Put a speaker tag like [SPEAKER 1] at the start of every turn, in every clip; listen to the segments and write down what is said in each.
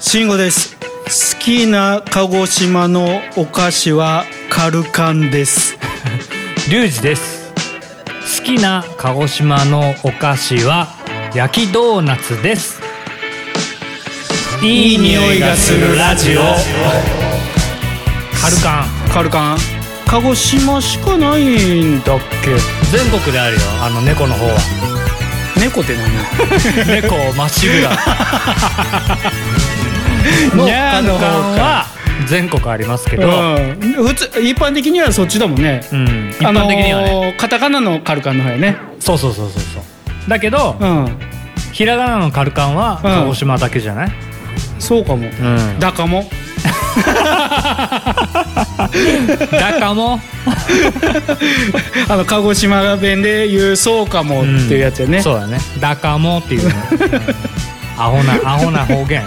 [SPEAKER 1] 慎吾です好きな鹿児島のお菓子はカルカンです
[SPEAKER 2] リュウジです好きな鹿児島のお菓子は焼きドーナツですいい匂いがするラジオカルカン
[SPEAKER 1] カルカン鹿児島しかないんだっ
[SPEAKER 2] 全国であるよあの猫の 方は
[SPEAKER 1] け猫って 何
[SPEAKER 2] 猫をまっしぐら の
[SPEAKER 1] にゃー
[SPEAKER 2] カル
[SPEAKER 1] の方か
[SPEAKER 2] カンは全国ありますけど、
[SPEAKER 1] うん普通一般的にはそっちだもんね
[SPEAKER 2] うん一般的にはね、
[SPEAKER 1] あのーカタカナのカルカンの方やね
[SPEAKER 2] そうそうそうそうそうだけど、
[SPEAKER 1] うん
[SPEAKER 2] ひらがなのカルカンは
[SPEAKER 1] うん
[SPEAKER 2] 鹿児島だけじゃない、
[SPEAKER 1] そうかも、
[SPEAKER 2] うん
[SPEAKER 1] だかも
[SPEAKER 2] だかも
[SPEAKER 1] あの鹿児島弁で言うそうかもっていうやつやね、
[SPEAKER 2] んそうだねだかもっていうねアホなアホな方言やね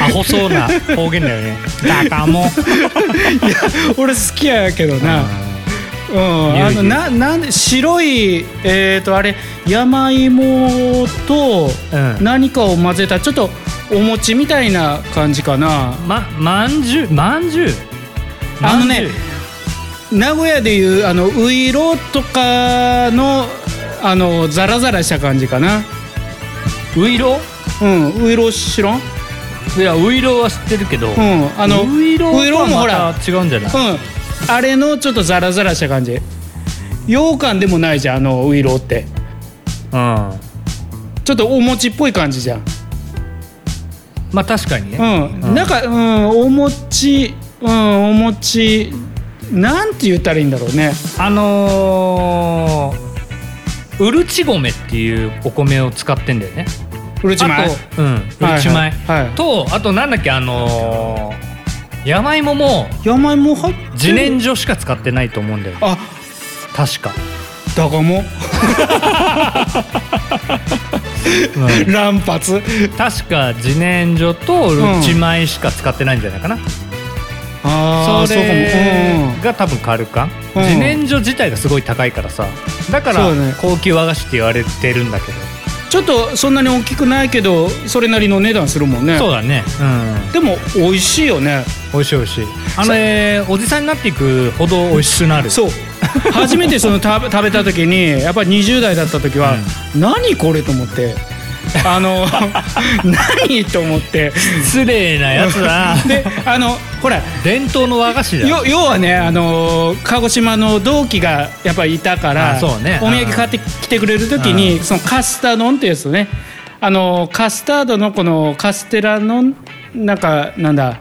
[SPEAKER 2] アホそうな方言だよねだかも
[SPEAKER 1] 俺好きやけどな、うん、あのななんで白いえっ、とあれ山芋と
[SPEAKER 2] うん
[SPEAKER 1] 何かを混ぜたちょっとお餅みたいな感じかな
[SPEAKER 2] ままんじゅうまんじゅう
[SPEAKER 1] あのね名古屋でいうあのういろとかのあのザラザラした感じかな
[SPEAKER 2] ういろ
[SPEAKER 1] うんういろ知らん
[SPEAKER 2] いやういろは知ってるけど、
[SPEAKER 1] うんあの
[SPEAKER 2] ういろ
[SPEAKER 1] ういろ
[SPEAKER 2] は
[SPEAKER 1] もほら
[SPEAKER 2] また違うんじゃない、
[SPEAKER 1] うんあれのちょっとザラザラした感じ羊羹でもないじゃんあのういろって
[SPEAKER 2] うん、
[SPEAKER 1] ちょっとお餅っぽい感じじゃん
[SPEAKER 2] まあ確かにね、
[SPEAKER 1] う、
[SPEAKER 2] うんん
[SPEAKER 1] なんか、うん、お餅、うん、お餅。なんて言ったらいいんだろうね。
[SPEAKER 2] あのー、うるち米っていうお米を使ってんだよね
[SPEAKER 1] うるち米。
[SPEAKER 2] あとうんうるち米、
[SPEAKER 1] はいはいはい
[SPEAKER 2] とあとなんだっけあのー、山芋も
[SPEAKER 1] 山芋入ってる。
[SPEAKER 2] 自然薯しか使ってないと思うんだよ
[SPEAKER 1] あ、
[SPEAKER 2] 確か、
[SPEAKER 1] だがも、乱発。
[SPEAKER 2] 確か自然薯とうるち米しか使ってないんじゃないかな、
[SPEAKER 1] ああ、
[SPEAKER 2] そ
[SPEAKER 1] そうかも。うん
[SPEAKER 2] れが多分カルカン、
[SPEAKER 1] うん
[SPEAKER 2] 自然薯自体がすごい高いからさだから
[SPEAKER 1] そうね
[SPEAKER 2] 高級和菓子って言われてるんだけど
[SPEAKER 1] ちょっとそんなに大きくないけど、それなりの値段するもんね。
[SPEAKER 2] そうだねうん
[SPEAKER 1] でも美味しいよね。
[SPEAKER 2] 美味しい美味しいあれおじさんになっていくほど美味しくなる
[SPEAKER 1] そう。初めてその食べ食べた時にやっぱり20代だった時は、何これと思ってあ の何と思って
[SPEAKER 2] 失礼なや つだ
[SPEAKER 1] であのほら
[SPEAKER 2] 伝統の和菓子だよ
[SPEAKER 1] よ要はね、あのー鹿児島の同期がやっぱりいたから
[SPEAKER 2] あそうね
[SPEAKER 1] お土産買ってきてくれる時にそのカスタ丼ってやつね、あのーカスタードのこのカステラのなんかなんだ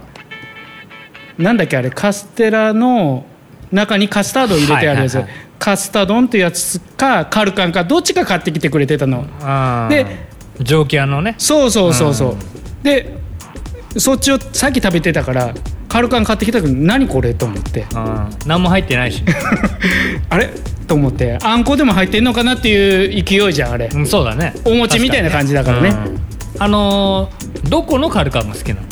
[SPEAKER 1] なんだっけあれカステラの中にカスタードを入れてあるやつ、
[SPEAKER 2] はいはいは
[SPEAKER 1] カスタ丼ってやつかカルカンかどっちか買ってきてくれてたの。
[SPEAKER 2] うん
[SPEAKER 1] で
[SPEAKER 2] 蒸気屋のね
[SPEAKER 1] そうそうそうそう、でそっちをさっき食べてたからカルカン買ってきたけど何これと思って
[SPEAKER 2] うん何も入ってな いし
[SPEAKER 1] あれと思ってあんこでも入ってんのかなっていう勢いじゃんあれ
[SPEAKER 2] うんそうだね
[SPEAKER 1] お餅みたいな感じだからね
[SPEAKER 2] 確にうんあのーどこのカルカンが好きなの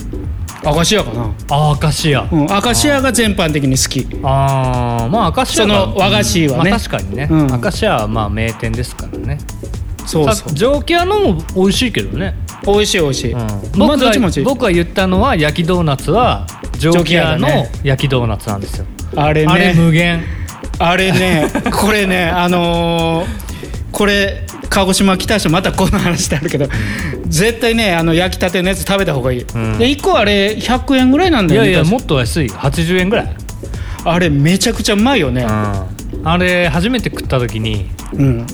[SPEAKER 1] 明石家かな
[SPEAKER 2] あー明石屋
[SPEAKER 1] うん明石家が全般的に好き
[SPEAKER 2] あーまあ明石屋が
[SPEAKER 1] その和菓子はね
[SPEAKER 2] まあ確かにね
[SPEAKER 1] うん
[SPEAKER 2] 明石屋はまあ名店ですからね
[SPEAKER 1] そうそ
[SPEAKER 2] さ蒸気屋のも美味しいけどね
[SPEAKER 1] う美味しい美味しい、ま
[SPEAKER 2] 僕
[SPEAKER 1] ず
[SPEAKER 2] が
[SPEAKER 1] どっちも美味しい
[SPEAKER 2] 僕が言ったのは焼きドーナツは蒸気屋の焼きドーナツなんですよ、
[SPEAKER 1] あれ
[SPEAKER 2] あれ
[SPEAKER 1] ね
[SPEAKER 2] 無限
[SPEAKER 1] あれ ねこれねあのーこれ鹿児島来た人またこの話してあるけど、絶対ねあの焼きたてのやつ食べた方がいい、
[SPEAKER 2] ん
[SPEAKER 1] で1個あれ100円ぐらいなん
[SPEAKER 2] い
[SPEAKER 1] だよ
[SPEAKER 2] や
[SPEAKER 1] ね
[SPEAKER 2] いや
[SPEAKER 1] 確か
[SPEAKER 2] もっと安い80円ぐらい、
[SPEAKER 1] あれめちゃくちゃうまいよね
[SPEAKER 2] あれ初めて食った時に
[SPEAKER 1] うん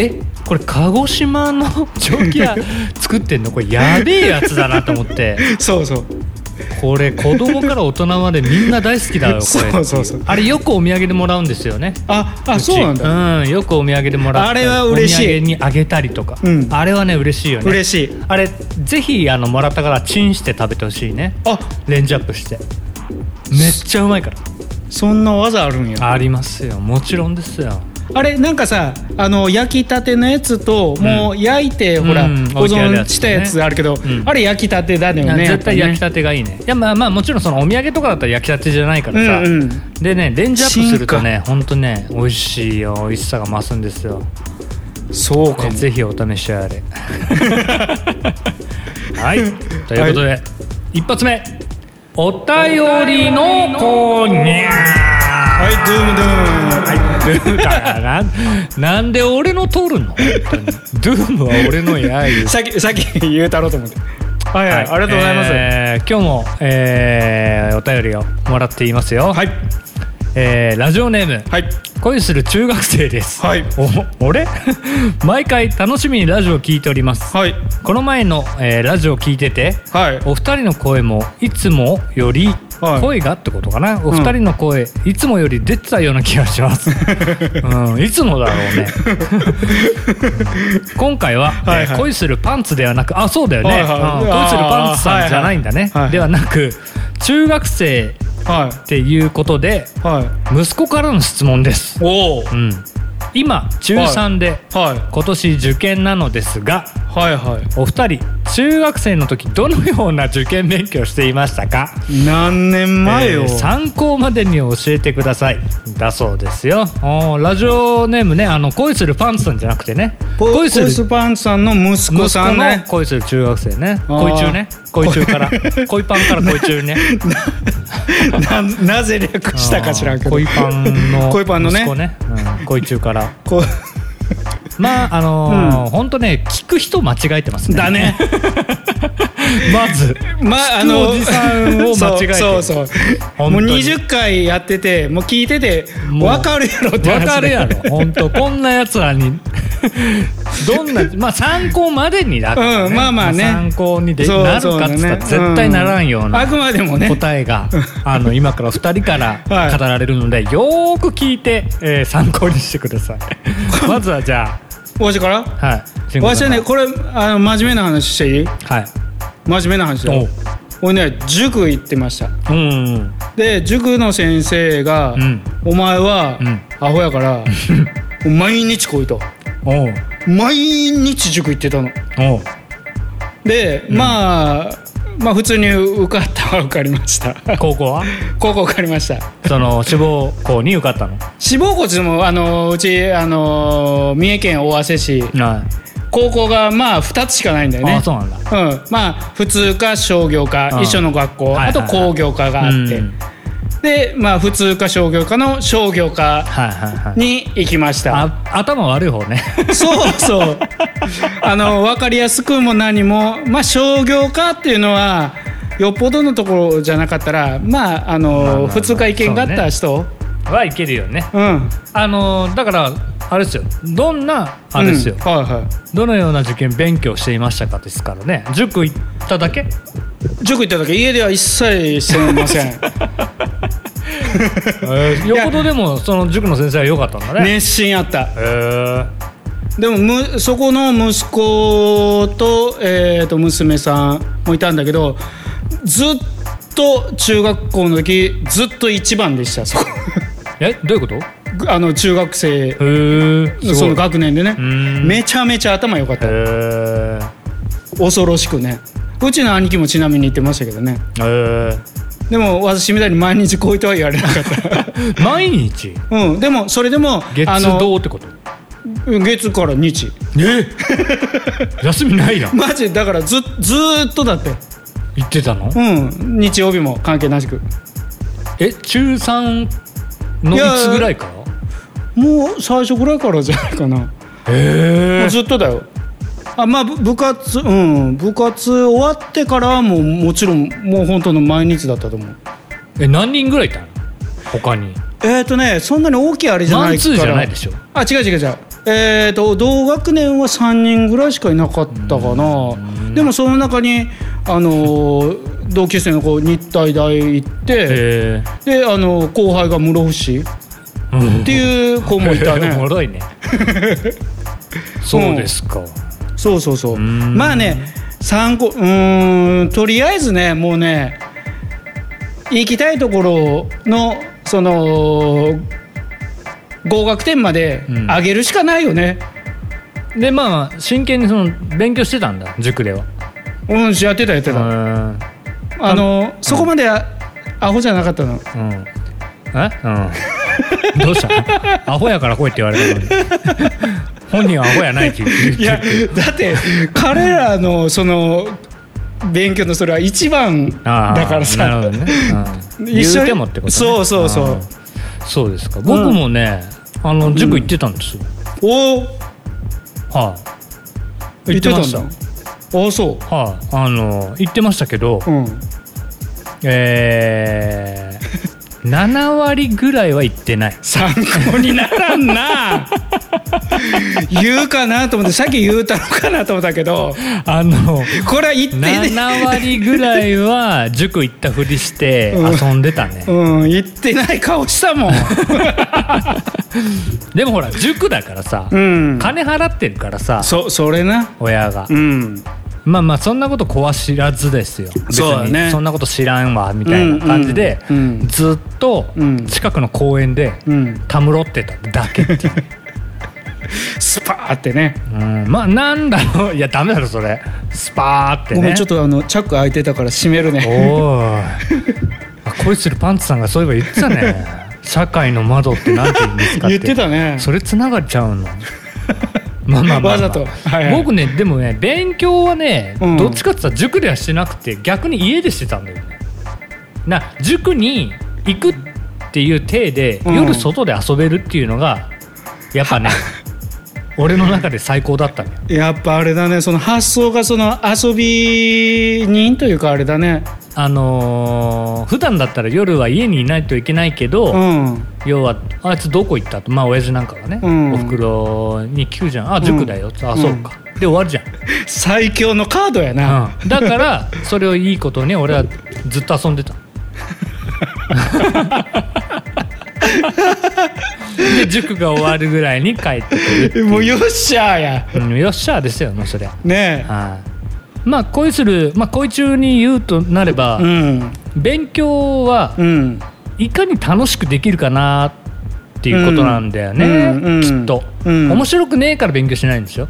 [SPEAKER 2] えこれ鹿児 島の蒸気屋作ってんのこれやべえやつだなと思って
[SPEAKER 1] そうそう
[SPEAKER 2] これ子供から大人までみんな大好きだよこれ
[SPEAKER 1] そうそうそう
[SPEAKER 2] あれよくお土産でもらうんですよね
[SPEAKER 1] ああ
[SPEAKER 2] ち
[SPEAKER 1] そうなんだ
[SPEAKER 2] うんよくお土産でもらったり
[SPEAKER 1] あれは嬉しい
[SPEAKER 2] お土産にあげたりとか、
[SPEAKER 1] うん
[SPEAKER 2] あれはね嬉しいよね
[SPEAKER 1] 嬉しい
[SPEAKER 2] あれぜひあのもらったからチンして食べてほしいね
[SPEAKER 1] あ
[SPEAKER 2] レンジアップしてめっちゃうまいから
[SPEAKER 1] そんな技あるんやあ
[SPEAKER 2] ありますよもちろんですよ
[SPEAKER 1] れなんかさあの焼きたてのやつともう焼いて、
[SPEAKER 2] うん
[SPEAKER 1] ほら、
[SPEAKER 2] うん
[SPEAKER 1] 保存したやつあるけど、
[SPEAKER 2] ん
[SPEAKER 1] あれ焼きたてだよね
[SPEAKER 2] いや絶対焼き
[SPEAKER 1] やった
[SPEAKER 2] てがいいねいやまあまあもちろんそのお土産とかだったら焼きたてじゃないか
[SPEAKER 1] ぱ
[SPEAKER 2] ら
[SPEAKER 1] ね
[SPEAKER 2] さ、
[SPEAKER 1] うんうん
[SPEAKER 2] でねレンジアップするとねほんとね美味しいよ美味しさが増すんですよ
[SPEAKER 1] そうか
[SPEAKER 2] ね
[SPEAKER 1] も
[SPEAKER 2] ぜひお試しあれはいということで、一発目お便りのコーニャー
[SPEAKER 1] はいドゥームドゥーム
[SPEAKER 2] だからなん なんで俺の通るの本当にドゥームは俺のやいう
[SPEAKER 1] さっきさっき 言うたろうと思ってはいはい、ありがとうございます、
[SPEAKER 2] えー今日も、えーお便りをもらっていますよ、
[SPEAKER 1] はい
[SPEAKER 2] えーラジオネーム、
[SPEAKER 1] はい
[SPEAKER 2] 恋する中学生です、
[SPEAKER 1] はい
[SPEAKER 2] お 俺毎回楽しみにラジオを聞いております、
[SPEAKER 1] はい
[SPEAKER 2] この前の、えーラジオを聞いてて
[SPEAKER 1] はい
[SPEAKER 2] お二人の声もいつもより
[SPEAKER 1] はい
[SPEAKER 2] 声がってことかな、お二人の声、いつもより出てたような気が します、うん、いつもだろうね今回は、
[SPEAKER 1] はいはい
[SPEAKER 2] えー恋するパンツではなくあそうだよね、
[SPEAKER 1] はいはい
[SPEAKER 2] うん恋するパンツさんじゃないんだね、
[SPEAKER 1] はいはい
[SPEAKER 2] ではなく中学生
[SPEAKER 1] はい
[SPEAKER 2] っていうことで
[SPEAKER 1] はい
[SPEAKER 2] 息子からの質問です、
[SPEAKER 1] おお
[SPEAKER 2] うん、今中3で、
[SPEAKER 1] はい
[SPEAKER 2] 今年受験なのですが
[SPEAKER 1] はいは
[SPEAKER 2] お二人中学生の時どのような受験勉強をしていましたか
[SPEAKER 1] い何年前よ、
[SPEAKER 2] えー参考までに教えてくださいだそうですよおーラジオネームねあの恋するパンツさんじゃなくてね
[SPEAKER 1] ポ
[SPEAKER 2] 恋する
[SPEAKER 1] コイスパンツさんの息
[SPEAKER 2] 息
[SPEAKER 1] 子さ
[SPEAKER 2] 子
[SPEAKER 1] ん
[SPEAKER 2] の
[SPEAKER 1] ね
[SPEAKER 2] 恋する中学生ね
[SPEAKER 1] あー
[SPEAKER 2] 恋中ね恋中から恋パンから恋中ね
[SPEAKER 1] な なぜ略したか知らんけど
[SPEAKER 2] 恋パン の
[SPEAKER 1] 恋パンのね
[SPEAKER 2] 息子ね、うん恋中から
[SPEAKER 1] こ
[SPEAKER 2] まああのーほんとね聞く人間違えてます
[SPEAKER 1] う
[SPEAKER 2] ね
[SPEAKER 1] だね
[SPEAKER 2] まず
[SPEAKER 1] まああの
[SPEAKER 2] おじさんを間違えてる
[SPEAKER 1] そうそうそう
[SPEAKER 2] 本
[SPEAKER 1] も
[SPEAKER 2] 当
[SPEAKER 1] う
[SPEAKER 2] に
[SPEAKER 1] 20回やっててもう聞いてて
[SPEAKER 2] もう
[SPEAKER 1] 分かるやろって話
[SPEAKER 2] わかる やろ本当こんなやつらにどんなまあ参考までにだから、ね
[SPEAKER 1] うんまあまあね
[SPEAKER 2] 参考にで
[SPEAKER 1] そう
[SPEAKER 2] なるかっつったら
[SPEAKER 1] そうだね
[SPEAKER 2] 絶対ならんよう
[SPEAKER 1] あ
[SPEAKER 2] な
[SPEAKER 1] くまでもね
[SPEAKER 2] 答えが、あの今から2人から
[SPEAKER 1] はい
[SPEAKER 2] 語られるので、よーく聞いて、えー参考にしてく ださいまずはじゃ
[SPEAKER 1] わしから
[SPEAKER 2] あはい慎吾
[SPEAKER 1] わし
[SPEAKER 2] さ
[SPEAKER 1] は
[SPEAKER 2] ん
[SPEAKER 1] ねこれあの真面目な話していい
[SPEAKER 2] はい
[SPEAKER 1] 真面目な話だよ俺ね塾行ってました
[SPEAKER 2] おうん
[SPEAKER 1] で塾の先生が
[SPEAKER 2] うん
[SPEAKER 1] 「お前は
[SPEAKER 2] うん
[SPEAKER 1] アホや から、毎日来い」と
[SPEAKER 2] おう
[SPEAKER 1] 毎日塾行ってたの
[SPEAKER 2] おう
[SPEAKER 1] で、まあまあ普通に受かったは受かりました
[SPEAKER 2] 高校は
[SPEAKER 1] 高校受かりました
[SPEAKER 2] その志望校に受かったの
[SPEAKER 1] 志望校でもあのうちあの三重県尾鷲市
[SPEAKER 2] は
[SPEAKER 1] 高校がまあ2つしかないんだ
[SPEAKER 2] い、
[SPEAKER 1] よね
[SPEAKER 2] ああそうなんだ
[SPEAKER 1] うん、まあ普通科商業科、
[SPEAKER 2] うん
[SPEAKER 1] 一緒の学校、
[SPEAKER 2] はいはいはい
[SPEAKER 1] あと工業科があって、
[SPEAKER 2] うん
[SPEAKER 1] でまあ普通科商業科の商業科
[SPEAKER 2] はいはいはい
[SPEAKER 1] に行きました
[SPEAKER 2] あ頭悪い方ね
[SPEAKER 1] そうそうあの分かりやすくも何もまあ商業科っていうのはよっぽどのところじゃなかったらまああの、
[SPEAKER 2] まあまあ
[SPEAKER 1] 普通科意見があった人う,、
[SPEAKER 2] はいけるよね
[SPEAKER 1] ん
[SPEAKER 2] あのだからあれですよどんなあれですよ、
[SPEAKER 1] うんはいは
[SPEAKER 2] どのような受験勉強していましたかですからね塾行った だけ
[SPEAKER 1] い塾行った時家では一切してま せん
[SPEAKER 2] よほどでもその塾の先生は良かったんだね
[SPEAKER 1] 熱心やった
[SPEAKER 2] へえ
[SPEAKER 1] でもむそこの息子と,、えー、と娘さんもいたんだけどずっと中学校の時ずっと一番でしたそこ
[SPEAKER 2] えどういうことへ
[SPEAKER 1] あの中学生
[SPEAKER 2] え
[SPEAKER 1] その学年でね
[SPEAKER 2] ん
[SPEAKER 1] めちゃめちゃ頭良かっ
[SPEAKER 2] へ
[SPEAKER 1] た
[SPEAKER 2] え
[SPEAKER 1] 恐ろしくねうちの兄貴もちなみに言ってましたけどね
[SPEAKER 2] へ
[SPEAKER 1] でも私みたいに毎日こういとは言われなか っ
[SPEAKER 2] え毎日
[SPEAKER 1] たうんでもそれでもあ
[SPEAKER 2] 月
[SPEAKER 1] の
[SPEAKER 2] 堂ってこと
[SPEAKER 1] 月から日
[SPEAKER 2] え 休みな いやん
[SPEAKER 1] マジだからずずーっとだって
[SPEAKER 2] 行ってたの
[SPEAKER 1] うん日曜日も関係なしく
[SPEAKER 2] え中3のい
[SPEAKER 1] いや
[SPEAKER 2] つぐらいから
[SPEAKER 1] もう最初ぐらいからじゃないかな、
[SPEAKER 2] へ
[SPEAKER 1] もうずっとだよあまあぶ部活うん部活終わってからはもうもちろんもう本当の毎日だったと思う
[SPEAKER 2] え何人ぐらいいたの他に
[SPEAKER 1] えっ、ー、とねそんなに大きいあれじゃな
[SPEAKER 2] マン
[SPEAKER 1] いか
[SPEAKER 2] ツ
[SPEAKER 1] ら
[SPEAKER 2] ーじゃないでしょ
[SPEAKER 1] あ違う違う違うえっ、ー、と同学年は3人ぐらいしかいなかったかなでもその中にあのー同級生の子日体大行って
[SPEAKER 2] へ
[SPEAKER 1] であのー後輩が室伏
[SPEAKER 2] え
[SPEAKER 1] っていう子もいたね
[SPEAKER 2] おも ろいねそうですか、
[SPEAKER 1] そうそうそう
[SPEAKER 2] ーん
[SPEAKER 1] まあね参考うーんとりあえずねもうね行きたいところのその合格点まで
[SPEAKER 2] うん
[SPEAKER 1] 上げるしかないよね
[SPEAKER 2] でまあ真剣にその勉強してたんだ塾では
[SPEAKER 1] うん、やってたやって
[SPEAKER 2] う
[SPEAKER 1] た、
[SPEAKER 2] んうん
[SPEAKER 1] あのそこまであアホじゃなかったの
[SPEAKER 2] えうんど うしたアホやから来いって言われたのに 本人はアホやないって言って
[SPEAKER 1] いやだって彼らのその勉強のそれは一番だ
[SPEAKER 2] あー
[SPEAKER 1] から
[SPEAKER 2] な
[SPEAKER 1] さ、
[SPEAKER 2] るほどね、うん
[SPEAKER 1] 一緒に
[SPEAKER 2] 言うてもってこと、ね、
[SPEAKER 1] そうそうそう
[SPEAKER 2] あーそうですか僕もね、あの塾行ってたんですよ、
[SPEAKER 1] おお
[SPEAKER 2] はい
[SPEAKER 1] 言ってたんだ
[SPEAKER 2] 行ってまし
[SPEAKER 1] おおそ
[SPEAKER 2] たはい、あの行ってましたけど、
[SPEAKER 1] ううん
[SPEAKER 2] えー、7割ぐらいは行ってない
[SPEAKER 1] 参考にならんな 言うかなと思ってさっき言うたのかなと思ったけ ど
[SPEAKER 2] あの
[SPEAKER 1] これは言ってね
[SPEAKER 2] 7割ぐらいは塾行ったふりして
[SPEAKER 1] うん
[SPEAKER 2] 遊んでたね、
[SPEAKER 1] うん言ってない顔した もん
[SPEAKER 2] でもほら塾だからさ、
[SPEAKER 1] うん
[SPEAKER 2] 金払ってるからさ
[SPEAKER 1] そそれな
[SPEAKER 2] 親が、
[SPEAKER 1] うん
[SPEAKER 2] まあまあそんなこと子は知らずですよ別
[SPEAKER 1] そうだ
[SPEAKER 2] に
[SPEAKER 1] ね
[SPEAKER 2] そんなこと知らんわみたいな感じで、
[SPEAKER 1] うんうんうん
[SPEAKER 2] ずっと
[SPEAKER 1] うん
[SPEAKER 2] 近くの公園で
[SPEAKER 1] うん
[SPEAKER 2] たむろってただけっていう、
[SPEAKER 1] スパーってね
[SPEAKER 2] うんまあなんだろういやダメだろそれスパーって
[SPEAKER 1] ごめ
[SPEAKER 2] ね
[SPEAKER 1] んちょっとあのチャック開いてたから閉めるね
[SPEAKER 2] おーあ恋するパンツさんがそういえば言ってたね 社会の窓ってなんて言うんですか
[SPEAKER 1] 言ってたね
[SPEAKER 2] それつながっちゃうのまあまあまあ、まあ、
[SPEAKER 1] わざとはいはい
[SPEAKER 2] 僕ねでもね勉強はね、
[SPEAKER 1] うん
[SPEAKER 2] どっちかって言ったら塾ではしてなくて逆に家でしてたんだよねな塾に行くっていう体で、
[SPEAKER 1] うん
[SPEAKER 2] 夜外で遊べるっていうのがやっぱね俺の中で最高だったのよ
[SPEAKER 1] やっぱあれだねその発想がその遊び人というかあれだね
[SPEAKER 2] あのー普段だったら夜は家にいないといけないけど、
[SPEAKER 1] うん
[SPEAKER 2] 要はあいつどこ行ったとまあ親父なんかがね、
[SPEAKER 1] うん
[SPEAKER 2] おふくろに聞くじゃんあ塾だよ、あ
[SPEAKER 1] うん
[SPEAKER 2] そうか、で終わるじゃん
[SPEAKER 1] 最強のカードやな、
[SPEAKER 2] うんだからそれをいいことに俺はずっと遊んで たで塾が終わるぐらいに帰ってくる、
[SPEAKER 1] もうよっしゃーや
[SPEAKER 2] うんよっしゃーですよもうそりゃ
[SPEAKER 1] ね
[SPEAKER 2] はいまあ恋する、まあ、恋中に言うとなれば、
[SPEAKER 1] えうん
[SPEAKER 2] 勉強は
[SPEAKER 1] うん
[SPEAKER 2] いかに楽しくできるかなっていうことなんだよね、
[SPEAKER 1] うんうん
[SPEAKER 2] きっと、
[SPEAKER 1] うん
[SPEAKER 2] 面白くねえから勉強しないんですよ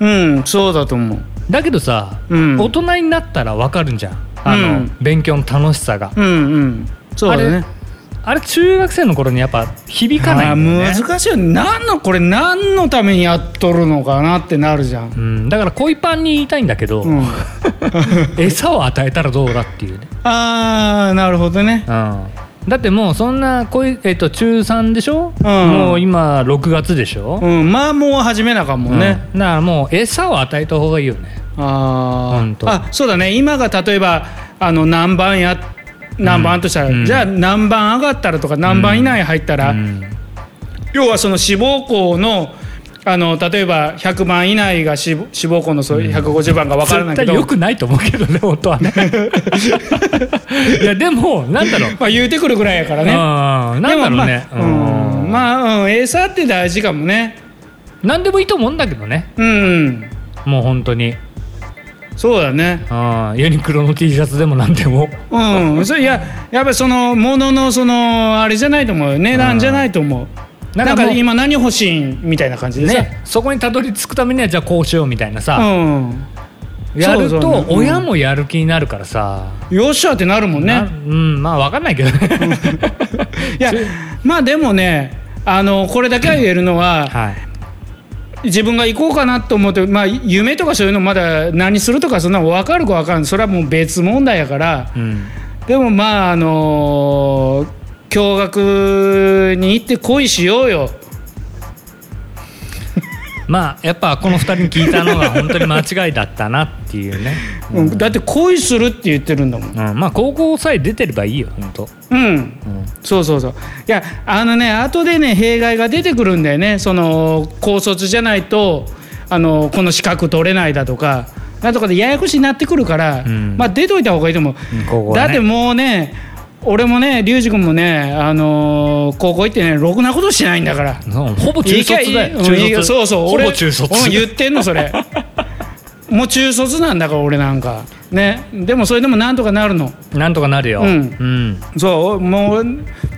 [SPEAKER 1] うんそうだと思う
[SPEAKER 2] だけどさ、
[SPEAKER 1] うん
[SPEAKER 2] 大人になったらわかるんじゃんあの、
[SPEAKER 1] うん
[SPEAKER 2] 勉強の楽しさが、
[SPEAKER 1] うんうんそうだね
[SPEAKER 2] あれ中学生の頃にやっぱ響かない
[SPEAKER 1] あ
[SPEAKER 2] んだよ
[SPEAKER 1] ー
[SPEAKER 2] ね
[SPEAKER 1] 難しいよ何のこれ何のためにやっとるのかなってなるじゃん、
[SPEAKER 2] うん、だから恋パンに言いたいんだけど、
[SPEAKER 1] うん
[SPEAKER 2] 餌を与えたらどうだっていうね、
[SPEAKER 1] ああなるほどね
[SPEAKER 2] うん、だってもうそんな恋、えっと中3でしょ、
[SPEAKER 1] ん
[SPEAKER 2] もう今6月でしょ、
[SPEAKER 1] うんまあもう始めなあかんもんね、
[SPEAKER 2] うんだからもう餌を与えた方がいいよね
[SPEAKER 1] あ
[SPEAKER 2] ほん
[SPEAKER 1] ー
[SPEAKER 2] と
[SPEAKER 1] あそうだね今が例えばあの何番や何番としたら、
[SPEAKER 2] うん
[SPEAKER 1] じゃあ何番上がったらとか何番以内入ったら、
[SPEAKER 2] うん
[SPEAKER 1] 要はその志望校のあの例えば100番以内が志望志望校のそう150番が分からないけ
[SPEAKER 2] 絶
[SPEAKER 1] ど、
[SPEAKER 2] 対良くないと思うけどね本当はね いやでもなんだろう、
[SPEAKER 1] まあ、言うてくるぐらいやから
[SPEAKER 2] うん
[SPEAKER 1] ね。
[SPEAKER 2] なんだろうね、
[SPEAKER 1] でもまあ、うん
[SPEAKER 2] う
[SPEAKER 1] ま
[SPEAKER 2] ん
[SPEAKER 1] あ、うん、餌って大事かもね。
[SPEAKER 2] 何でもいいと思うんだけどね
[SPEAKER 1] うん、
[SPEAKER 2] もう本当に
[SPEAKER 1] そうだね。
[SPEAKER 2] うんユニクロの T シャツでも何でも
[SPEAKER 1] うん、それいや、やっぱりそのもののそのあれじゃないと思うよ。値段じゃないと思う。
[SPEAKER 2] なん
[SPEAKER 1] な
[SPEAKER 2] か
[SPEAKER 1] ん
[SPEAKER 2] もう
[SPEAKER 1] か今何欲しいんみたいな感じでさ。
[SPEAKER 2] ねそこにたどり着くためにはじゃあこうしようみたいなさ、
[SPEAKER 1] う
[SPEAKER 2] やる
[SPEAKER 1] そうそう
[SPEAKER 2] と
[SPEAKER 1] うん
[SPEAKER 2] 親もやる気になるからさ、
[SPEAKER 1] ん、よっしゃってなるもん
[SPEAKER 2] な
[SPEAKER 1] ね。
[SPEAKER 2] うんまあ分かんないけどね
[SPEAKER 1] いやまあでもねあのこれだけは言えるのは
[SPEAKER 2] はい
[SPEAKER 1] 自分が行こうかなと思って、まあ、夢とかそういうのまだ何するとかそんなの分かるか分からんそれはもう別問題やから
[SPEAKER 2] うん
[SPEAKER 1] でもまああの共学に行って恋しようよ。
[SPEAKER 2] まあやっぱこの2人に聞いたのが本当に間違いだったなっていうね、
[SPEAKER 1] うんだって恋するって言ってるんだもん。
[SPEAKER 2] うん、まあ高校さえ出てればいいよ本当、
[SPEAKER 1] うん
[SPEAKER 2] うん、
[SPEAKER 1] そうそうそういやあのね後でね弊害が出てくるんだよねその高卒じゃないとあのこの資格取れないだとかなんとかでややこしになってくるから、
[SPEAKER 2] うん
[SPEAKER 1] まあ出といた方がいいと思う、
[SPEAKER 2] 高校はね
[SPEAKER 1] だってもうね俺もね龍二君もね、あのー高校行ってねろくなことしてないんだから
[SPEAKER 2] うんほぼ中卒だよ
[SPEAKER 1] いい
[SPEAKER 2] 中
[SPEAKER 1] いい
[SPEAKER 2] 卒
[SPEAKER 1] そうそう
[SPEAKER 2] ほぼ中卒
[SPEAKER 1] 俺俺言ってんのそ れもう中卒なんだから俺なんかねでもそれでもなんとかなるの
[SPEAKER 2] なんとかなるよ、
[SPEAKER 1] うん
[SPEAKER 2] うん
[SPEAKER 1] そうもう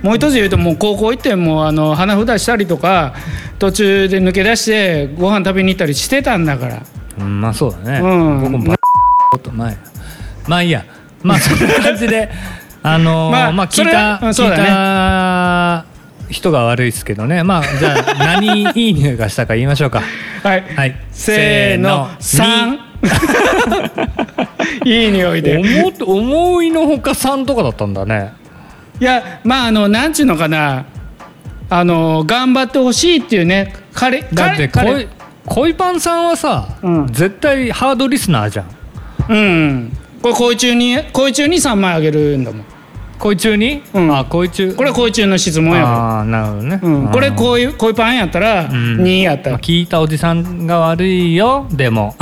[SPEAKER 1] もう一つ言うともう高校行ってもうあの花札したりとか途中で抜け出してご飯食べに行ったりしてたんだから
[SPEAKER 2] うんまあそうだね、
[SPEAKER 1] うん
[SPEAKER 2] 僕もバこと前まあいいやまあそんな感じ であのー
[SPEAKER 1] まあ
[SPEAKER 2] まあ、
[SPEAKER 1] そ
[SPEAKER 2] 聞い
[SPEAKER 1] れ
[SPEAKER 2] た、
[SPEAKER 1] うんそう
[SPEAKER 2] 聞い
[SPEAKER 1] だね
[SPEAKER 2] た人が悪いですけどねまあじゃあ何いい匂いがしたか言いましょうか
[SPEAKER 1] はい、
[SPEAKER 2] はい
[SPEAKER 1] せーの
[SPEAKER 2] せーの
[SPEAKER 1] 3 いい匂いで
[SPEAKER 2] 思って思いのほか3とかだったんだね
[SPEAKER 1] いやまああのなんちゅうのかなあの頑張ってほしいっていうね彼
[SPEAKER 2] だって
[SPEAKER 1] 彼彼
[SPEAKER 2] 恋恋パンさんはさ、
[SPEAKER 1] うん
[SPEAKER 2] 絶対ハードリスナーじゃん
[SPEAKER 1] うんこれ恋中に恋中に3枚あげるんだもん
[SPEAKER 2] 恋中に、
[SPEAKER 1] うん
[SPEAKER 2] あ恋中
[SPEAKER 1] これは恋中の質問やか
[SPEAKER 2] ああなるほどね、
[SPEAKER 1] ら、うん、これ
[SPEAKER 2] う
[SPEAKER 1] 恋恋パンやったら
[SPEAKER 2] ん
[SPEAKER 1] 2やった
[SPEAKER 2] まあ
[SPEAKER 1] ら、
[SPEAKER 2] 聞いたおじさんが悪いよで も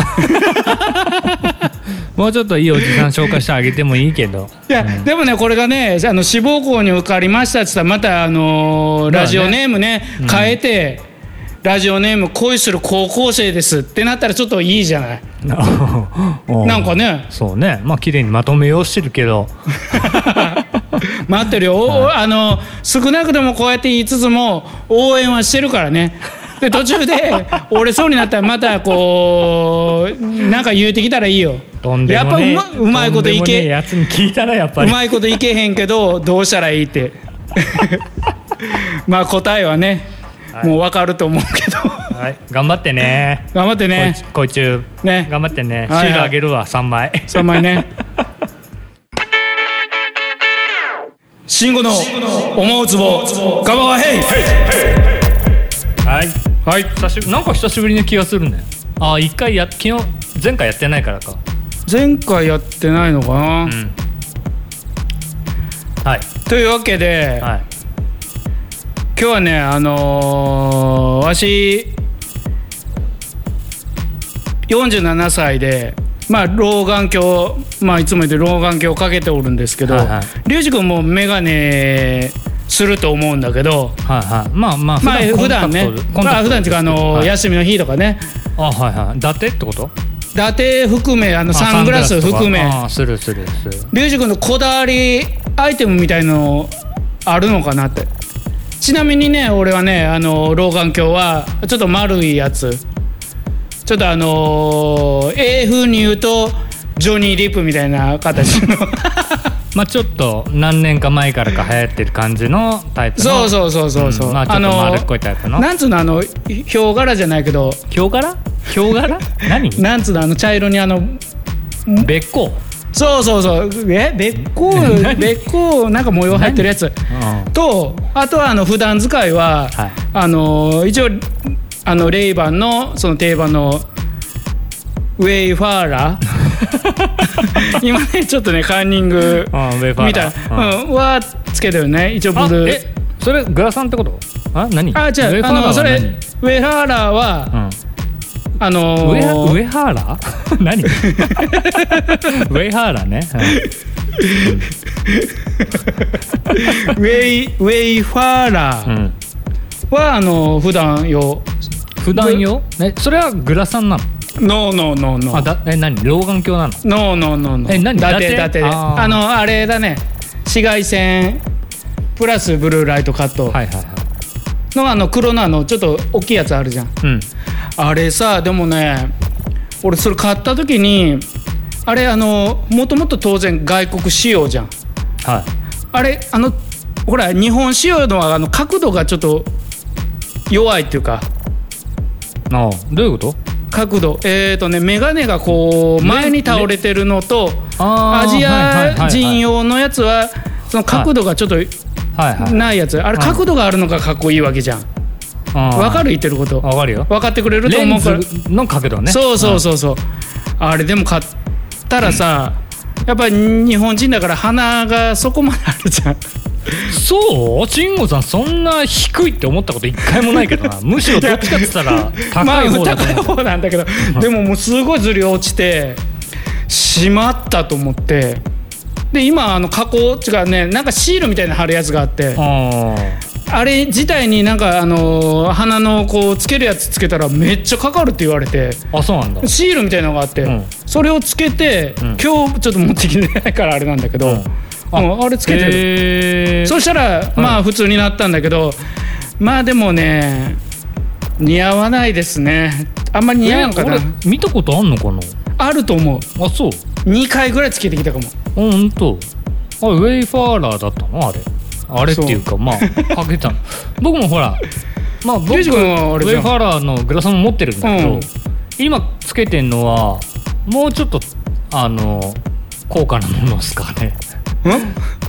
[SPEAKER 2] もうちょっといいおじさん紹介してあげてもいいけ ど
[SPEAKER 1] いやでもねこれがねあの志望校に受かりましたって言ったらまた、あのー
[SPEAKER 2] まあね
[SPEAKER 1] ラジオネームね変えて、ラジオネーム恋する高校生ですってなったらちょっといいじゃないな
[SPEAKER 2] なん
[SPEAKER 1] かね
[SPEAKER 2] そうねまあ綺麗にまとめようしてるけど
[SPEAKER 1] 待ってるよ、おあの少なくともこうやって言いつつも応援はしてるからねで途 中で折れそうになったらまたこうなんか言うてきたらいいよ
[SPEAKER 2] とんでもねえ
[SPEAKER 1] やっぱうまうまいことい
[SPEAKER 2] んでもねえ
[SPEAKER 1] け
[SPEAKER 2] やつに聞いたらやっぱ
[SPEAKER 1] う
[SPEAKER 2] り
[SPEAKER 1] まいこといけへんけどどうしたらいいって まあ答えはね、もう分かると思うけど
[SPEAKER 2] はい、頑張ってね
[SPEAKER 1] 頑張ってね
[SPEAKER 2] こいこい中
[SPEAKER 1] ね
[SPEAKER 2] 頑張ってね、
[SPEAKER 1] はいはい
[SPEAKER 2] シールあげるわ3枚
[SPEAKER 1] 3枚 ね慎吾の思うつぼガバガヘイ
[SPEAKER 2] はい、はい、久しぶりなんか久しぶりな気がするねああ一回や昨日前回やってないからか
[SPEAKER 1] 前回やってないのかな、
[SPEAKER 2] うんはい
[SPEAKER 1] というわけで、
[SPEAKER 2] はい
[SPEAKER 1] 今日はねあのーわし47歳でまあ老眼鏡まあいつも言って老眼鏡をかけておるんですけど
[SPEAKER 2] はいはい
[SPEAKER 1] 龍二君も眼鏡すると思うんだけど
[SPEAKER 2] はいはいまあまあ
[SPEAKER 1] まあ普段ね
[SPEAKER 2] コン
[SPEAKER 1] ま
[SPEAKER 2] タ
[SPEAKER 1] あ普段
[SPEAKER 2] クトで
[SPEAKER 1] って
[SPEAKER 2] す
[SPEAKER 1] いうかあのー、
[SPEAKER 2] はい
[SPEAKER 1] 休みの日とかね
[SPEAKER 2] あはいはい伊達ってこと
[SPEAKER 1] 伊達含めあの
[SPEAKER 2] あ
[SPEAKER 1] サングラス
[SPEAKER 2] とか
[SPEAKER 1] 含め
[SPEAKER 2] ああするするする
[SPEAKER 1] 龍二君のこだわりアイテムみたいのあるのかなってちなみにね俺はねあの老眼鏡はちょっと丸いやつちょっとあのー、英風に言うとジョニー・リップみたいな形 の
[SPEAKER 2] まあちょっと何年か前からか流行ってる感じのタイプの
[SPEAKER 1] そうそうそうそうそう、
[SPEAKER 2] うんまあちょっと
[SPEAKER 1] の
[SPEAKER 2] 丸っこいタイプの
[SPEAKER 1] なんつうのあのヒョウ柄じゃないけど
[SPEAKER 2] ヒョウ柄ヒョ ウ柄何
[SPEAKER 1] なんつうのあの茶色にあの
[SPEAKER 2] べっこ
[SPEAKER 1] そうそうそうえべっこ うべっこうなんか模様入ってるやつ
[SPEAKER 2] うんは
[SPEAKER 1] とあとはあの普段使いは、
[SPEAKER 2] はい
[SPEAKER 1] あの一応あのレイバンのその定番のウェイファー ラー今ねちょっとねカンニング
[SPEAKER 2] あウェイファーラー
[SPEAKER 1] みたいな、うん、はつけてるね一応ブルー
[SPEAKER 2] えそれグラサンってことあ何
[SPEAKER 1] あ違
[SPEAKER 2] ウェ
[SPEAKER 1] う
[SPEAKER 2] ファ
[SPEAKER 1] あ
[SPEAKER 2] ーラー
[SPEAKER 1] の
[SPEAKER 2] は
[SPEAKER 1] それウ
[SPEAKER 2] 何
[SPEAKER 1] ェイファーラーは、
[SPEAKER 2] うん
[SPEAKER 1] あの
[SPEAKER 2] ウェ
[SPEAKER 1] ー
[SPEAKER 2] ハウェハーラ ー何ウェハーラーね、
[SPEAKER 1] ウェイウェイファーラ
[SPEAKER 2] うん
[SPEAKER 1] ーは、あの普段用
[SPEAKER 2] 普段用えそれはグラサンな
[SPEAKER 1] ノ
[SPEAKER 2] の
[SPEAKER 1] ーノーノーノー
[SPEAKER 2] あだえ何老眼鏡なの
[SPEAKER 1] ノーノーノーノー。
[SPEAKER 2] え何
[SPEAKER 1] だって
[SPEAKER 2] 伊達
[SPEAKER 1] だって
[SPEAKER 2] あ
[SPEAKER 1] あ
[SPEAKER 2] ー
[SPEAKER 1] のあれだね。紫外線プラスブルーライトカット
[SPEAKER 2] はいはいはい
[SPEAKER 1] の、あの黒のあのちょっと大きいやつあるじゃん。
[SPEAKER 2] うん
[SPEAKER 1] あれさでもね、俺それ買った時にあれあのもともと当然外国仕様じゃん。
[SPEAKER 2] はい
[SPEAKER 1] あれあのほら日本仕様のはあの角度がちょっと弱いっていうか
[SPEAKER 2] ああどういうこと
[SPEAKER 1] 角度えっ、ー、とね眼鏡がこう前に倒れてるのと。
[SPEAKER 2] あ
[SPEAKER 1] ア
[SPEAKER 2] ー
[SPEAKER 1] ジ
[SPEAKER 2] はいはいはいは
[SPEAKER 1] ア
[SPEAKER 2] い
[SPEAKER 1] 人用のやつはその角度がちょっと
[SPEAKER 2] はいはい
[SPEAKER 1] ないやつあれ
[SPEAKER 2] はい
[SPEAKER 1] 角度があるのがかっこいいわけじゃんわ
[SPEAKER 2] わ
[SPEAKER 1] か
[SPEAKER 2] る
[SPEAKER 1] る言ってること
[SPEAKER 2] わかるよ
[SPEAKER 1] 分かってくれると
[SPEAKER 2] レ
[SPEAKER 1] 思
[SPEAKER 2] ン
[SPEAKER 1] うから
[SPEAKER 2] ズの角度ね
[SPEAKER 1] そうそうそうそうあれでも買ったらさやっぱり日本人だから鼻がそこまであるじゃん
[SPEAKER 2] そう慎吾さんそんな低いって思ったこと一回もないけどな むしろどっちかって言ったら
[SPEAKER 1] ま
[SPEAKER 2] 高
[SPEAKER 1] あ
[SPEAKER 2] い方だと
[SPEAKER 1] 高い
[SPEAKER 2] 思う
[SPEAKER 1] 方なんだけどでももうすごいずり落ちてしまったと思ってで今あの加工っていうかねなんかシールみたいなの貼るやつがあって
[SPEAKER 2] あ
[SPEAKER 1] あれ自体になんかあのー鼻のこうつけるやつつけたらめっちゃかかるって言われて
[SPEAKER 2] ーあそうなんだ
[SPEAKER 1] シールみたいなのがあって、
[SPEAKER 2] うん
[SPEAKER 1] それをつけて、
[SPEAKER 2] ん
[SPEAKER 1] 今日ちょっと持ってきてないからあれなんだけど、
[SPEAKER 2] う
[SPEAKER 1] うんんあれつけてる、
[SPEAKER 2] へー
[SPEAKER 1] そしたらまあ普通になったんだけど、まあでもね似合わないですねあんまり似合わんかな、
[SPEAKER 2] え俺見たことあんのかな
[SPEAKER 1] あると思う
[SPEAKER 2] あそう
[SPEAKER 1] 2回ぐらいつけてきたかも
[SPEAKER 2] ほんとあれウェイファーラーだったのあれあれっていうかまあかけたの 僕もほらまあ僕
[SPEAKER 1] リュウ
[SPEAKER 2] ウェイ
[SPEAKER 1] ジ
[SPEAKER 2] フ
[SPEAKER 1] 君はあれじゃん
[SPEAKER 2] ァーラーのグラサンも持ってるんだけど、
[SPEAKER 1] うん
[SPEAKER 2] 今つけてんのはもうちょっとあの高価なものですかね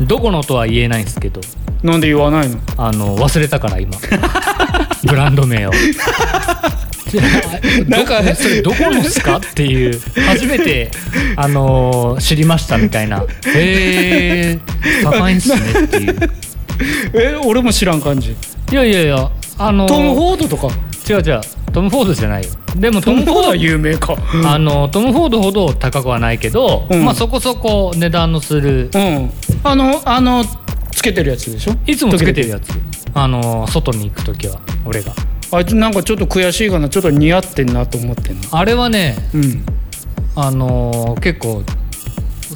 [SPEAKER 1] ん
[SPEAKER 2] どこのとは言えないんですけど
[SPEAKER 1] なんで言わないの
[SPEAKER 2] あの忘れたから今 ブランド名を
[SPEAKER 1] なんかね
[SPEAKER 2] どそれどこのっすかっていう初めて、あの知りましたみたいなへえ高いんすねっていう
[SPEAKER 1] え俺も知らん感じ
[SPEAKER 2] いやいやいやあの
[SPEAKER 1] トム・フォードとか
[SPEAKER 2] 違う違うトム・フォードじゃないよでも
[SPEAKER 1] ト
[SPEAKER 2] ト
[SPEAKER 1] ム・
[SPEAKER 2] ム・
[SPEAKER 1] フ
[SPEAKER 2] フ
[SPEAKER 1] ォード
[SPEAKER 2] ォード
[SPEAKER 1] は有名か
[SPEAKER 2] あのトム・フォードほど高くはないけど、
[SPEAKER 1] うん
[SPEAKER 2] まあ、そこそこ値段のする
[SPEAKER 1] うんあのあのつけてるやつでしょ
[SPEAKER 2] いつもつけてるやつあの外に行く時は俺が
[SPEAKER 1] あいつなんかちょっと悔しいかなちょっと似合ってんなと思ってんの
[SPEAKER 2] あれはね
[SPEAKER 1] うん
[SPEAKER 2] あのー結構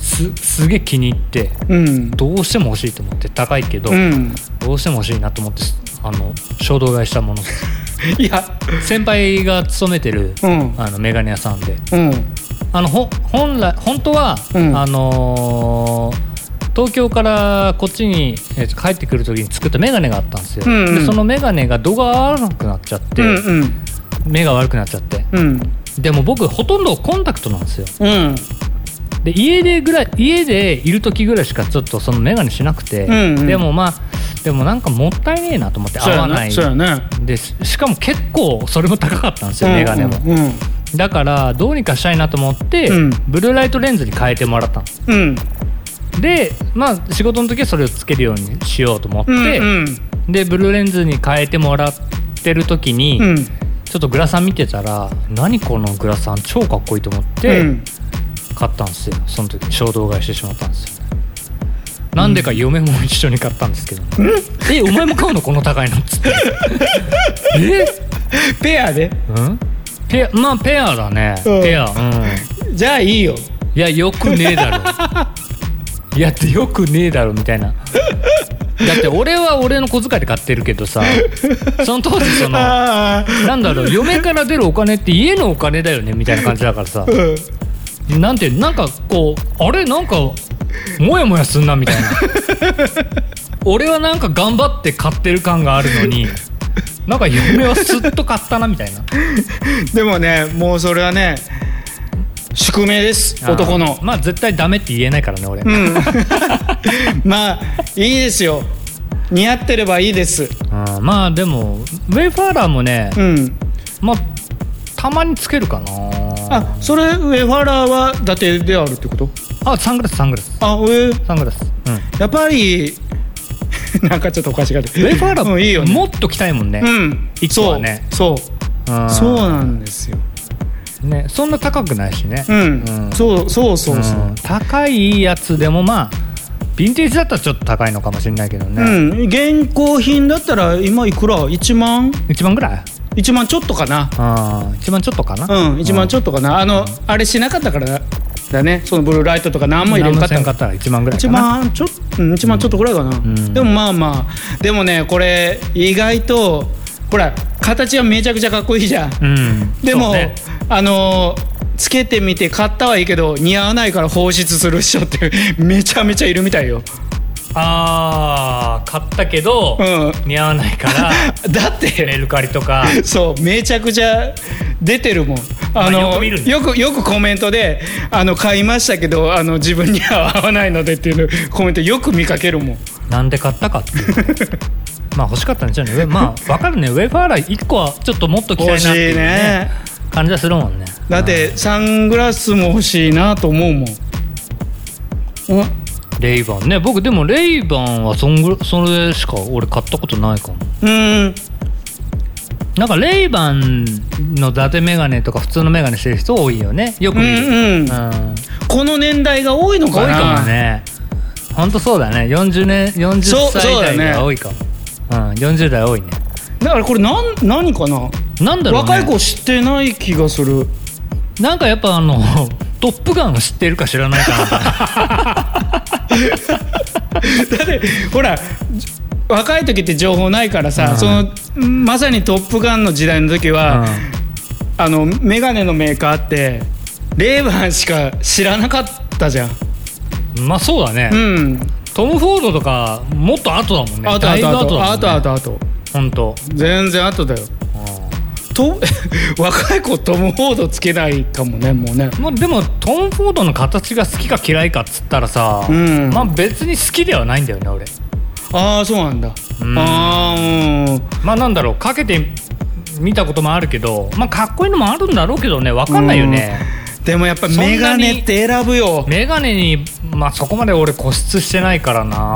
[SPEAKER 2] すすげえ気に入って
[SPEAKER 1] うん
[SPEAKER 2] どうしても欲しいと思って高いけど、
[SPEAKER 1] うん
[SPEAKER 2] どうしても欲しいなと思ってあの衝動買いした もの
[SPEAKER 1] いや
[SPEAKER 2] 先輩が勤めてる、
[SPEAKER 1] うん
[SPEAKER 2] あのメガネ屋さんで
[SPEAKER 1] うん
[SPEAKER 2] あのほ本来本当は、
[SPEAKER 1] うん
[SPEAKER 2] あのー東京からこっちにえー帰ってくる時に作ったメガネがあったんですよ、
[SPEAKER 1] うんうん
[SPEAKER 2] でそのメガネが度が合わなくなっちゃって、
[SPEAKER 1] うんうん
[SPEAKER 2] 目が悪くなっちゃって
[SPEAKER 1] うん
[SPEAKER 2] でも僕ほとんどコンタクトなんですよ
[SPEAKER 1] うん
[SPEAKER 2] で家でぐらい家でいる時ぐらいしかちょっとその眼鏡しなくて、
[SPEAKER 1] うんうん
[SPEAKER 2] でもまあでもなんかもったいねえなと思って合わない
[SPEAKER 1] そうやね
[SPEAKER 2] でししかも結構それも高かったんです
[SPEAKER 1] そう
[SPEAKER 2] よ
[SPEAKER 1] やね
[SPEAKER 2] 眼鏡も、
[SPEAKER 1] うん
[SPEAKER 2] だからどうにかしたいなと思って、
[SPEAKER 1] うん
[SPEAKER 2] ブルーライトレンズに変えてもらったんです
[SPEAKER 1] うん
[SPEAKER 2] でまあ仕事の時はそれをつけるようにしようと思って、
[SPEAKER 1] うんうん
[SPEAKER 2] でブルーレンズに変えてもらってる時に、
[SPEAKER 1] うん
[SPEAKER 2] ちょっとグラサン見てたら何このグラサン超かっこいいと思って、
[SPEAKER 1] うん
[SPEAKER 2] 買ったんですよその時衝動買いしてしまったんですよねなんでか嫁も一緒に買ったんですけど、えお前も買うのこの高いのっつってえ
[SPEAKER 1] ペアで
[SPEAKER 2] うんペアまあペアだね、
[SPEAKER 1] うん
[SPEAKER 2] ペアうん
[SPEAKER 1] じゃあいいよ
[SPEAKER 2] いやよくねえだろいやってよくねえだろみたいなだって俺は俺の小遣いで買ってるけどさその当時そ の
[SPEAKER 1] ああ
[SPEAKER 2] なんだろう嫁から出るお金って家のお金だよねみたいな感じだからさ
[SPEAKER 1] うん
[SPEAKER 2] なんてなんかこうあれなんかモヤモヤすんなみたいな俺はなんか頑張って買ってる感があるのになんか嫁はすっと買ったなみたいな
[SPEAKER 1] でもねもうそれはね宿命です 男の
[SPEAKER 2] あーまあ絶対ダメって言えないからね俺、
[SPEAKER 1] うん まあいいですよ似合ってればいいです
[SPEAKER 2] あーまあでもウェイファーラーもね、
[SPEAKER 1] うん
[SPEAKER 2] まあたまにつけるかな
[SPEAKER 1] あそれウェファラーは伊達であるってこと
[SPEAKER 2] あサングラスサングラス
[SPEAKER 1] あえ
[SPEAKER 2] サングラス、うん、ウ
[SPEAKER 1] やっぱり なんかちょっとおかしがってウ
[SPEAKER 2] ェイファーラ
[SPEAKER 1] も
[SPEAKER 2] ー
[SPEAKER 1] いいよね
[SPEAKER 2] もっと着たいもんね、
[SPEAKER 1] うん
[SPEAKER 2] 一個はね
[SPEAKER 1] そうそう
[SPEAKER 2] うん
[SPEAKER 1] そうなんですよ
[SPEAKER 2] ねそんな高くないしね
[SPEAKER 1] うん、そうそうそうそう
[SPEAKER 2] うん高いやつでもまあヴィンテージだったらちょっと高いのかもしれないけど
[SPEAKER 1] う
[SPEAKER 2] ね、
[SPEAKER 1] ん、現行品だったら今いくら1万
[SPEAKER 2] 一1万ぐらい
[SPEAKER 1] 1万ちょっとかな
[SPEAKER 2] あ1万ちょっとかな、
[SPEAKER 1] うん1万ちょっとかな、あのあれしなかったからだねそのブルーライトとか何も入れんかった
[SPEAKER 2] 何もせ
[SPEAKER 1] か
[SPEAKER 2] んからったら1万ぐらいか
[SPEAKER 1] 1
[SPEAKER 2] な
[SPEAKER 1] 万ちょっと1万ちょっとぐらいかな、
[SPEAKER 2] ん
[SPEAKER 1] でもまあまあでもねこれ意外とほら形はめちゃくちゃかっこいいじゃん
[SPEAKER 2] うん
[SPEAKER 1] で
[SPEAKER 2] そ
[SPEAKER 1] も、
[SPEAKER 2] うね
[SPEAKER 1] あのーつけてみて買ったはいいけど似合わないから放出する人ってめちゃめちゃいるみたいよ、
[SPEAKER 2] あー買ったけど、
[SPEAKER 1] う
[SPEAKER 2] 似合わないか ら
[SPEAKER 1] ん、だっ
[SPEAKER 2] メ
[SPEAKER 1] て
[SPEAKER 2] ルカリとか
[SPEAKER 1] そうめちゃくちゃ出てるもんあの、
[SPEAKER 2] まあよく見るね
[SPEAKER 1] よくよくコメントであの買いましたけどあの自分には合わないのでっていうのコメントよく見かけるもん
[SPEAKER 2] なんで買ったかっていう まあ欲しかったんでしょうねウェまあわかるねウェーファーラー1個はちょっともっと着たいなっていう、ね
[SPEAKER 1] 欲
[SPEAKER 2] 感じはするもんね
[SPEAKER 1] だってサングラスも欲しいなと思うもんお
[SPEAKER 2] レイバンね僕でもレイバンはそんぐらそれしか俺買ったことないかも
[SPEAKER 1] うん
[SPEAKER 2] なんかレイバンの伊達メガネとか普通のメガネしてる人多いよねよく見る、
[SPEAKER 1] うんうんこの年代が多いの
[SPEAKER 2] 多
[SPEAKER 1] か
[SPEAKER 2] い
[SPEAKER 1] な
[SPEAKER 2] かもねほんとそうだね40年
[SPEAKER 1] そ
[SPEAKER 2] 40
[SPEAKER 1] うそうだ
[SPEAKER 2] 歳代
[SPEAKER 1] ね
[SPEAKER 2] が多いかもう、ん、40代多いね
[SPEAKER 1] だからこれなん何かな、
[SPEAKER 2] なんだろう、ね、
[SPEAKER 1] 若い子知ってない気がする
[SPEAKER 2] なんかやっぱあの 「トップガン」を知ってるか知らないかな
[SPEAKER 1] だってほら若い時って情報ないからさ、そのまさに「トップガン」の時代の時は、 あのメガネのメーカーってレーバンしか知らなかったじゃん
[SPEAKER 2] うんまあそうだね、
[SPEAKER 1] うん
[SPEAKER 2] トム・フォードとかもっと後だもんね
[SPEAKER 1] あと
[SPEAKER 2] だ
[SPEAKER 1] あ
[SPEAKER 2] いぶ
[SPEAKER 1] とあ
[SPEAKER 2] 後
[SPEAKER 1] と
[SPEAKER 2] だもんね
[SPEAKER 1] あとあとあと
[SPEAKER 2] ほんと
[SPEAKER 1] 全然あとだよと 若い子トム・フォードつけないかもねもうね
[SPEAKER 2] まあ、でもトム・フォードの形が好きか嫌いかっつったらさ、
[SPEAKER 1] うん
[SPEAKER 2] まあ別に好きではないんだよね俺
[SPEAKER 1] ああそうなんだ
[SPEAKER 2] うん
[SPEAKER 1] ああうん
[SPEAKER 2] まあなんだろうかけて見たこともあるけどまあかっこいいのもあるんだろうけどねわかんないよね、
[SPEAKER 1] でもやっぱ
[SPEAKER 2] そんなに
[SPEAKER 1] メガネって選ぶよ
[SPEAKER 2] メガネにまあそこまで俺固執してないからな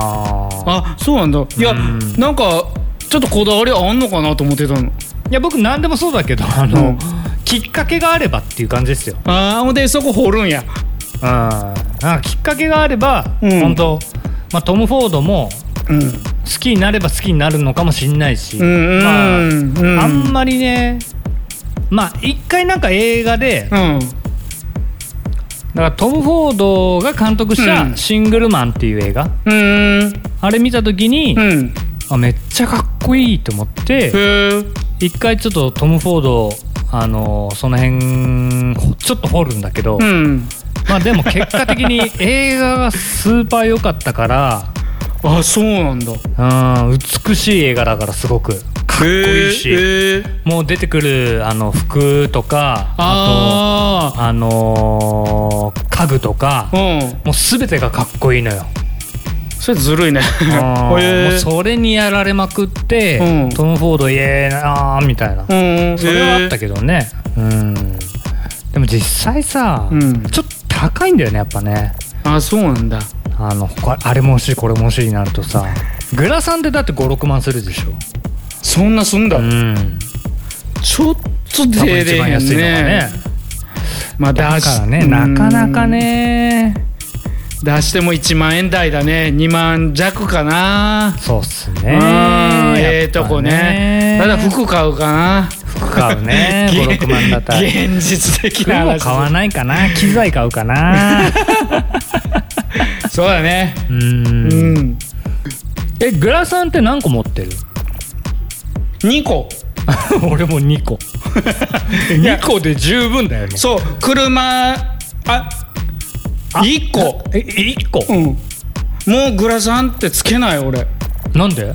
[SPEAKER 1] あそうなんだいや
[SPEAKER 2] うん
[SPEAKER 1] なんかちょっとこだわりあんのかなと思ってたの
[SPEAKER 2] いや僕何でもそうだけどあの、
[SPEAKER 1] うん
[SPEAKER 2] きっかけがあればっていう感じですよ、
[SPEAKER 1] ああほんでそこ掘るんや
[SPEAKER 2] うん、なんかきっかけがあれば、
[SPEAKER 1] うん
[SPEAKER 2] 本当、まあ、トム・フォードも
[SPEAKER 1] うん
[SPEAKER 2] 好きになれば好きになるのかもしれないし、
[SPEAKER 1] うんうん
[SPEAKER 2] まあ
[SPEAKER 1] うん
[SPEAKER 2] あんまりねまあ一回なんか映画でだ
[SPEAKER 1] うん
[SPEAKER 2] からトム・フォードが監督し
[SPEAKER 1] う
[SPEAKER 2] た「
[SPEAKER 1] ん
[SPEAKER 2] シングルマン」っていう映画、
[SPEAKER 1] うん
[SPEAKER 2] あれ見た時に、
[SPEAKER 1] うん
[SPEAKER 2] あめっちゃかっこいいと思って
[SPEAKER 1] へえ
[SPEAKER 2] 一回ちょっとトム・フォードあのその辺ほちょっと掘るんだけど、
[SPEAKER 1] うん
[SPEAKER 2] まあでも結果的に映画がスーパー良かったか
[SPEAKER 1] あそうなんだ
[SPEAKER 2] ら、うん、美しい映画だからすごくかっこいいし、
[SPEAKER 1] へーへー
[SPEAKER 2] もう出てくるあの服とかあ
[SPEAKER 1] あ
[SPEAKER 2] とあのー家具とか
[SPEAKER 1] あうん
[SPEAKER 2] もう全てがかっこいいのよ。
[SPEAKER 1] それずるいね
[SPEAKER 2] うんも う
[SPEAKER 1] へえ
[SPEAKER 2] それにやられまくって、
[SPEAKER 1] うん
[SPEAKER 2] トム・フォードイエーイなーみたいな、
[SPEAKER 1] うん
[SPEAKER 2] それはあった
[SPEAKER 1] け
[SPEAKER 2] けどね、うん、でも実際さ、
[SPEAKER 1] うん
[SPEAKER 2] ちょっと高いんだよねやっぱね
[SPEAKER 1] あそうなんだ
[SPEAKER 2] あのこあれも欲しいこれも欲しいになるとさグラサンでだって56万するでしょ
[SPEAKER 1] そんなすんだ
[SPEAKER 2] うん
[SPEAKER 1] ちょっと
[SPEAKER 2] 多分
[SPEAKER 1] 出れ
[SPEAKER 2] 一番
[SPEAKER 1] へん
[SPEAKER 2] 安いのが
[SPEAKER 1] ね
[SPEAKER 2] ね
[SPEAKER 1] まあ出
[SPEAKER 2] だ
[SPEAKER 1] し
[SPEAKER 2] からね
[SPEAKER 1] うん
[SPEAKER 2] なかなかね
[SPEAKER 1] 出しても1万円台だね2万弱かな
[SPEAKER 2] そうっす
[SPEAKER 1] う
[SPEAKER 2] ね
[SPEAKER 1] んええとこねただ服買うかな
[SPEAKER 2] 服 買う ね56万だったら
[SPEAKER 1] 現実的
[SPEAKER 2] 服
[SPEAKER 1] な
[SPEAKER 2] も
[SPEAKER 1] 話
[SPEAKER 2] 買わないか な機材買うかな
[SPEAKER 1] そうだね
[SPEAKER 2] う
[SPEAKER 1] うんん
[SPEAKER 2] えグラサンって何個持ってる
[SPEAKER 1] 2個
[SPEAKER 2] 俺も2個 2個で十分だよね
[SPEAKER 1] そう車あ1個
[SPEAKER 2] え1個
[SPEAKER 1] うんもうグラサンってつけない俺
[SPEAKER 2] なんで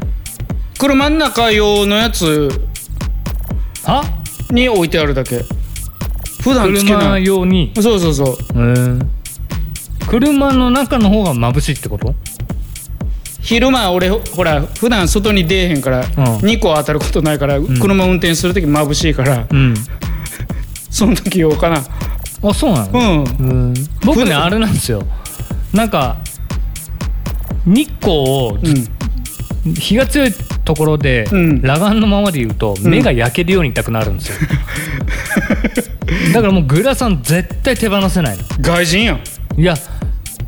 [SPEAKER 1] 車の中用のやつ
[SPEAKER 2] あ
[SPEAKER 1] に置いてあるだけ普段つけな
[SPEAKER 2] 車
[SPEAKER 1] い
[SPEAKER 2] 用に
[SPEAKER 1] そうそうそう
[SPEAKER 2] うん車の中の方が眩しいってこと
[SPEAKER 1] 昼間俺ほほら普段外に出えへんから、
[SPEAKER 2] ん
[SPEAKER 1] 2個当たることないから、車運転する時眩しいから
[SPEAKER 2] うん
[SPEAKER 1] その時用かな
[SPEAKER 2] あそうな
[SPEAKER 1] う
[SPEAKER 2] の、
[SPEAKER 1] ん
[SPEAKER 2] うん、僕
[SPEAKER 1] 普
[SPEAKER 2] ね
[SPEAKER 1] 段
[SPEAKER 2] あれなんですよなんか日光を
[SPEAKER 1] うん
[SPEAKER 2] 日が強いところで、
[SPEAKER 1] うん
[SPEAKER 2] 裸眼のままで言うと目が焼けるように痛くなる んですよ、だからもうグラサン絶対手放せないの
[SPEAKER 1] 外人やん
[SPEAKER 2] いや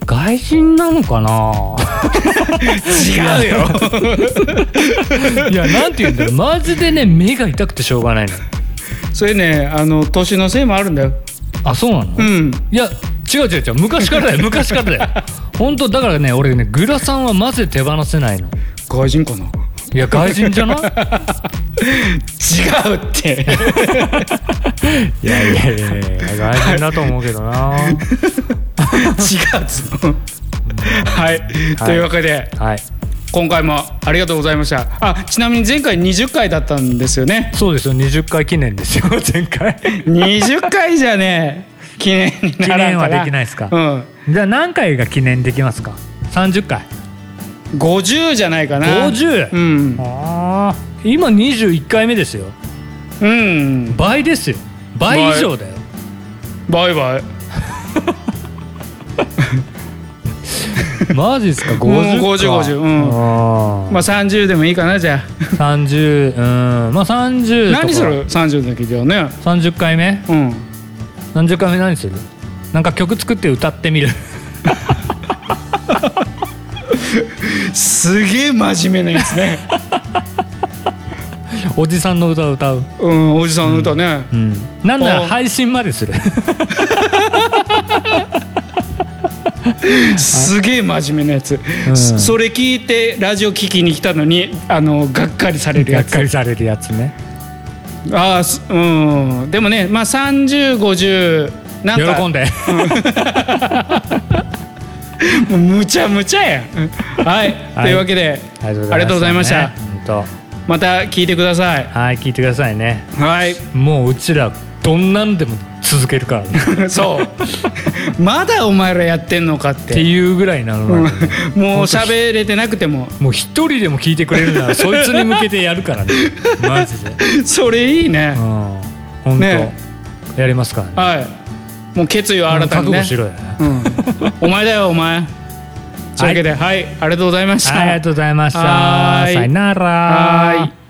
[SPEAKER 2] 外人なのかな
[SPEAKER 1] 違 うよ
[SPEAKER 2] いやなんて言うんだろうマジでね目が痛くてしょうがないの
[SPEAKER 1] それねあの年のせいもあるんだよ
[SPEAKER 2] あそうなの、
[SPEAKER 1] う
[SPEAKER 2] い
[SPEAKER 1] ん
[SPEAKER 2] や違う違う違う昔からだよ昔からだよ本当だからね俺ねグラサンはマジで手放せないの
[SPEAKER 1] 外人かない
[SPEAKER 2] や外 人じゃない
[SPEAKER 1] 違うって
[SPEAKER 2] いやいやいやいや外人だと思うけどな
[SPEAKER 1] 違うっつうの はい、というわけで
[SPEAKER 2] はい
[SPEAKER 1] 今回もありがとうございましたあちなみに前回20回だったんですよね
[SPEAKER 2] そうですよ20回記 念ですよ前回
[SPEAKER 1] 20回じゃね 記念にならんから
[SPEAKER 2] 記念はできないっすか
[SPEAKER 1] うん
[SPEAKER 2] じゃあ何回が記念できますか30回
[SPEAKER 1] 50じゃないかなう
[SPEAKER 2] 50?、
[SPEAKER 1] ん
[SPEAKER 2] ああ今21回目ですよ
[SPEAKER 1] うん
[SPEAKER 2] 倍ですよ倍以上だよ
[SPEAKER 1] バイバイ
[SPEAKER 2] マジですか50か
[SPEAKER 1] うん50うん
[SPEAKER 2] あー
[SPEAKER 1] まあ30でもいいかなじゃあ
[SPEAKER 2] 30うんまあ30とか
[SPEAKER 1] 何する30の時だよね
[SPEAKER 2] 30回目
[SPEAKER 1] うん
[SPEAKER 2] 30回目何するなんか曲作って歌ってみる
[SPEAKER 1] すげえ真面目なやつね
[SPEAKER 2] おじさんの歌を歌う
[SPEAKER 1] うんおじさんの歌ね
[SPEAKER 2] うんなんな
[SPEAKER 1] お
[SPEAKER 2] ら配信までする
[SPEAKER 1] すげえ真面目なやつ
[SPEAKER 2] ん
[SPEAKER 1] そそれ聞いてラジオ聞きに来たのにあのがっかりされる
[SPEAKER 2] が
[SPEAKER 1] や
[SPEAKER 2] っ
[SPEAKER 1] つ
[SPEAKER 2] かりされるやつね
[SPEAKER 1] ああすうんでもねまあ3050なんか
[SPEAKER 2] 喜んで
[SPEAKER 1] もうむちゃむちゃやんはい、
[SPEAKER 2] はい
[SPEAKER 1] というわけで
[SPEAKER 2] あ
[SPEAKER 1] ありがとうございました
[SPEAKER 2] ね本当
[SPEAKER 1] また聞いてください
[SPEAKER 2] はい聞いてくださいね
[SPEAKER 1] はい
[SPEAKER 2] もううちらどんなんでも続けるからね
[SPEAKER 1] そう まだお前らやってんのかっ
[SPEAKER 2] って
[SPEAKER 1] て
[SPEAKER 2] いうぐらいなのなんでね
[SPEAKER 1] もう喋れてなくても
[SPEAKER 2] もう一人でも聞いてくれるならそいつに向けてやるからねマジで
[SPEAKER 1] それいいね
[SPEAKER 2] うん本当、
[SPEAKER 1] ね
[SPEAKER 2] やりますからね
[SPEAKER 1] はいもう決意を新たに
[SPEAKER 2] 覚
[SPEAKER 1] ね
[SPEAKER 2] 悟しろよ、
[SPEAKER 1] うん、お前だよお前というわけではい、ありがとうございました、
[SPEAKER 2] はいありがとうございました
[SPEAKER 1] はーい
[SPEAKER 2] さよなら
[SPEAKER 1] はーい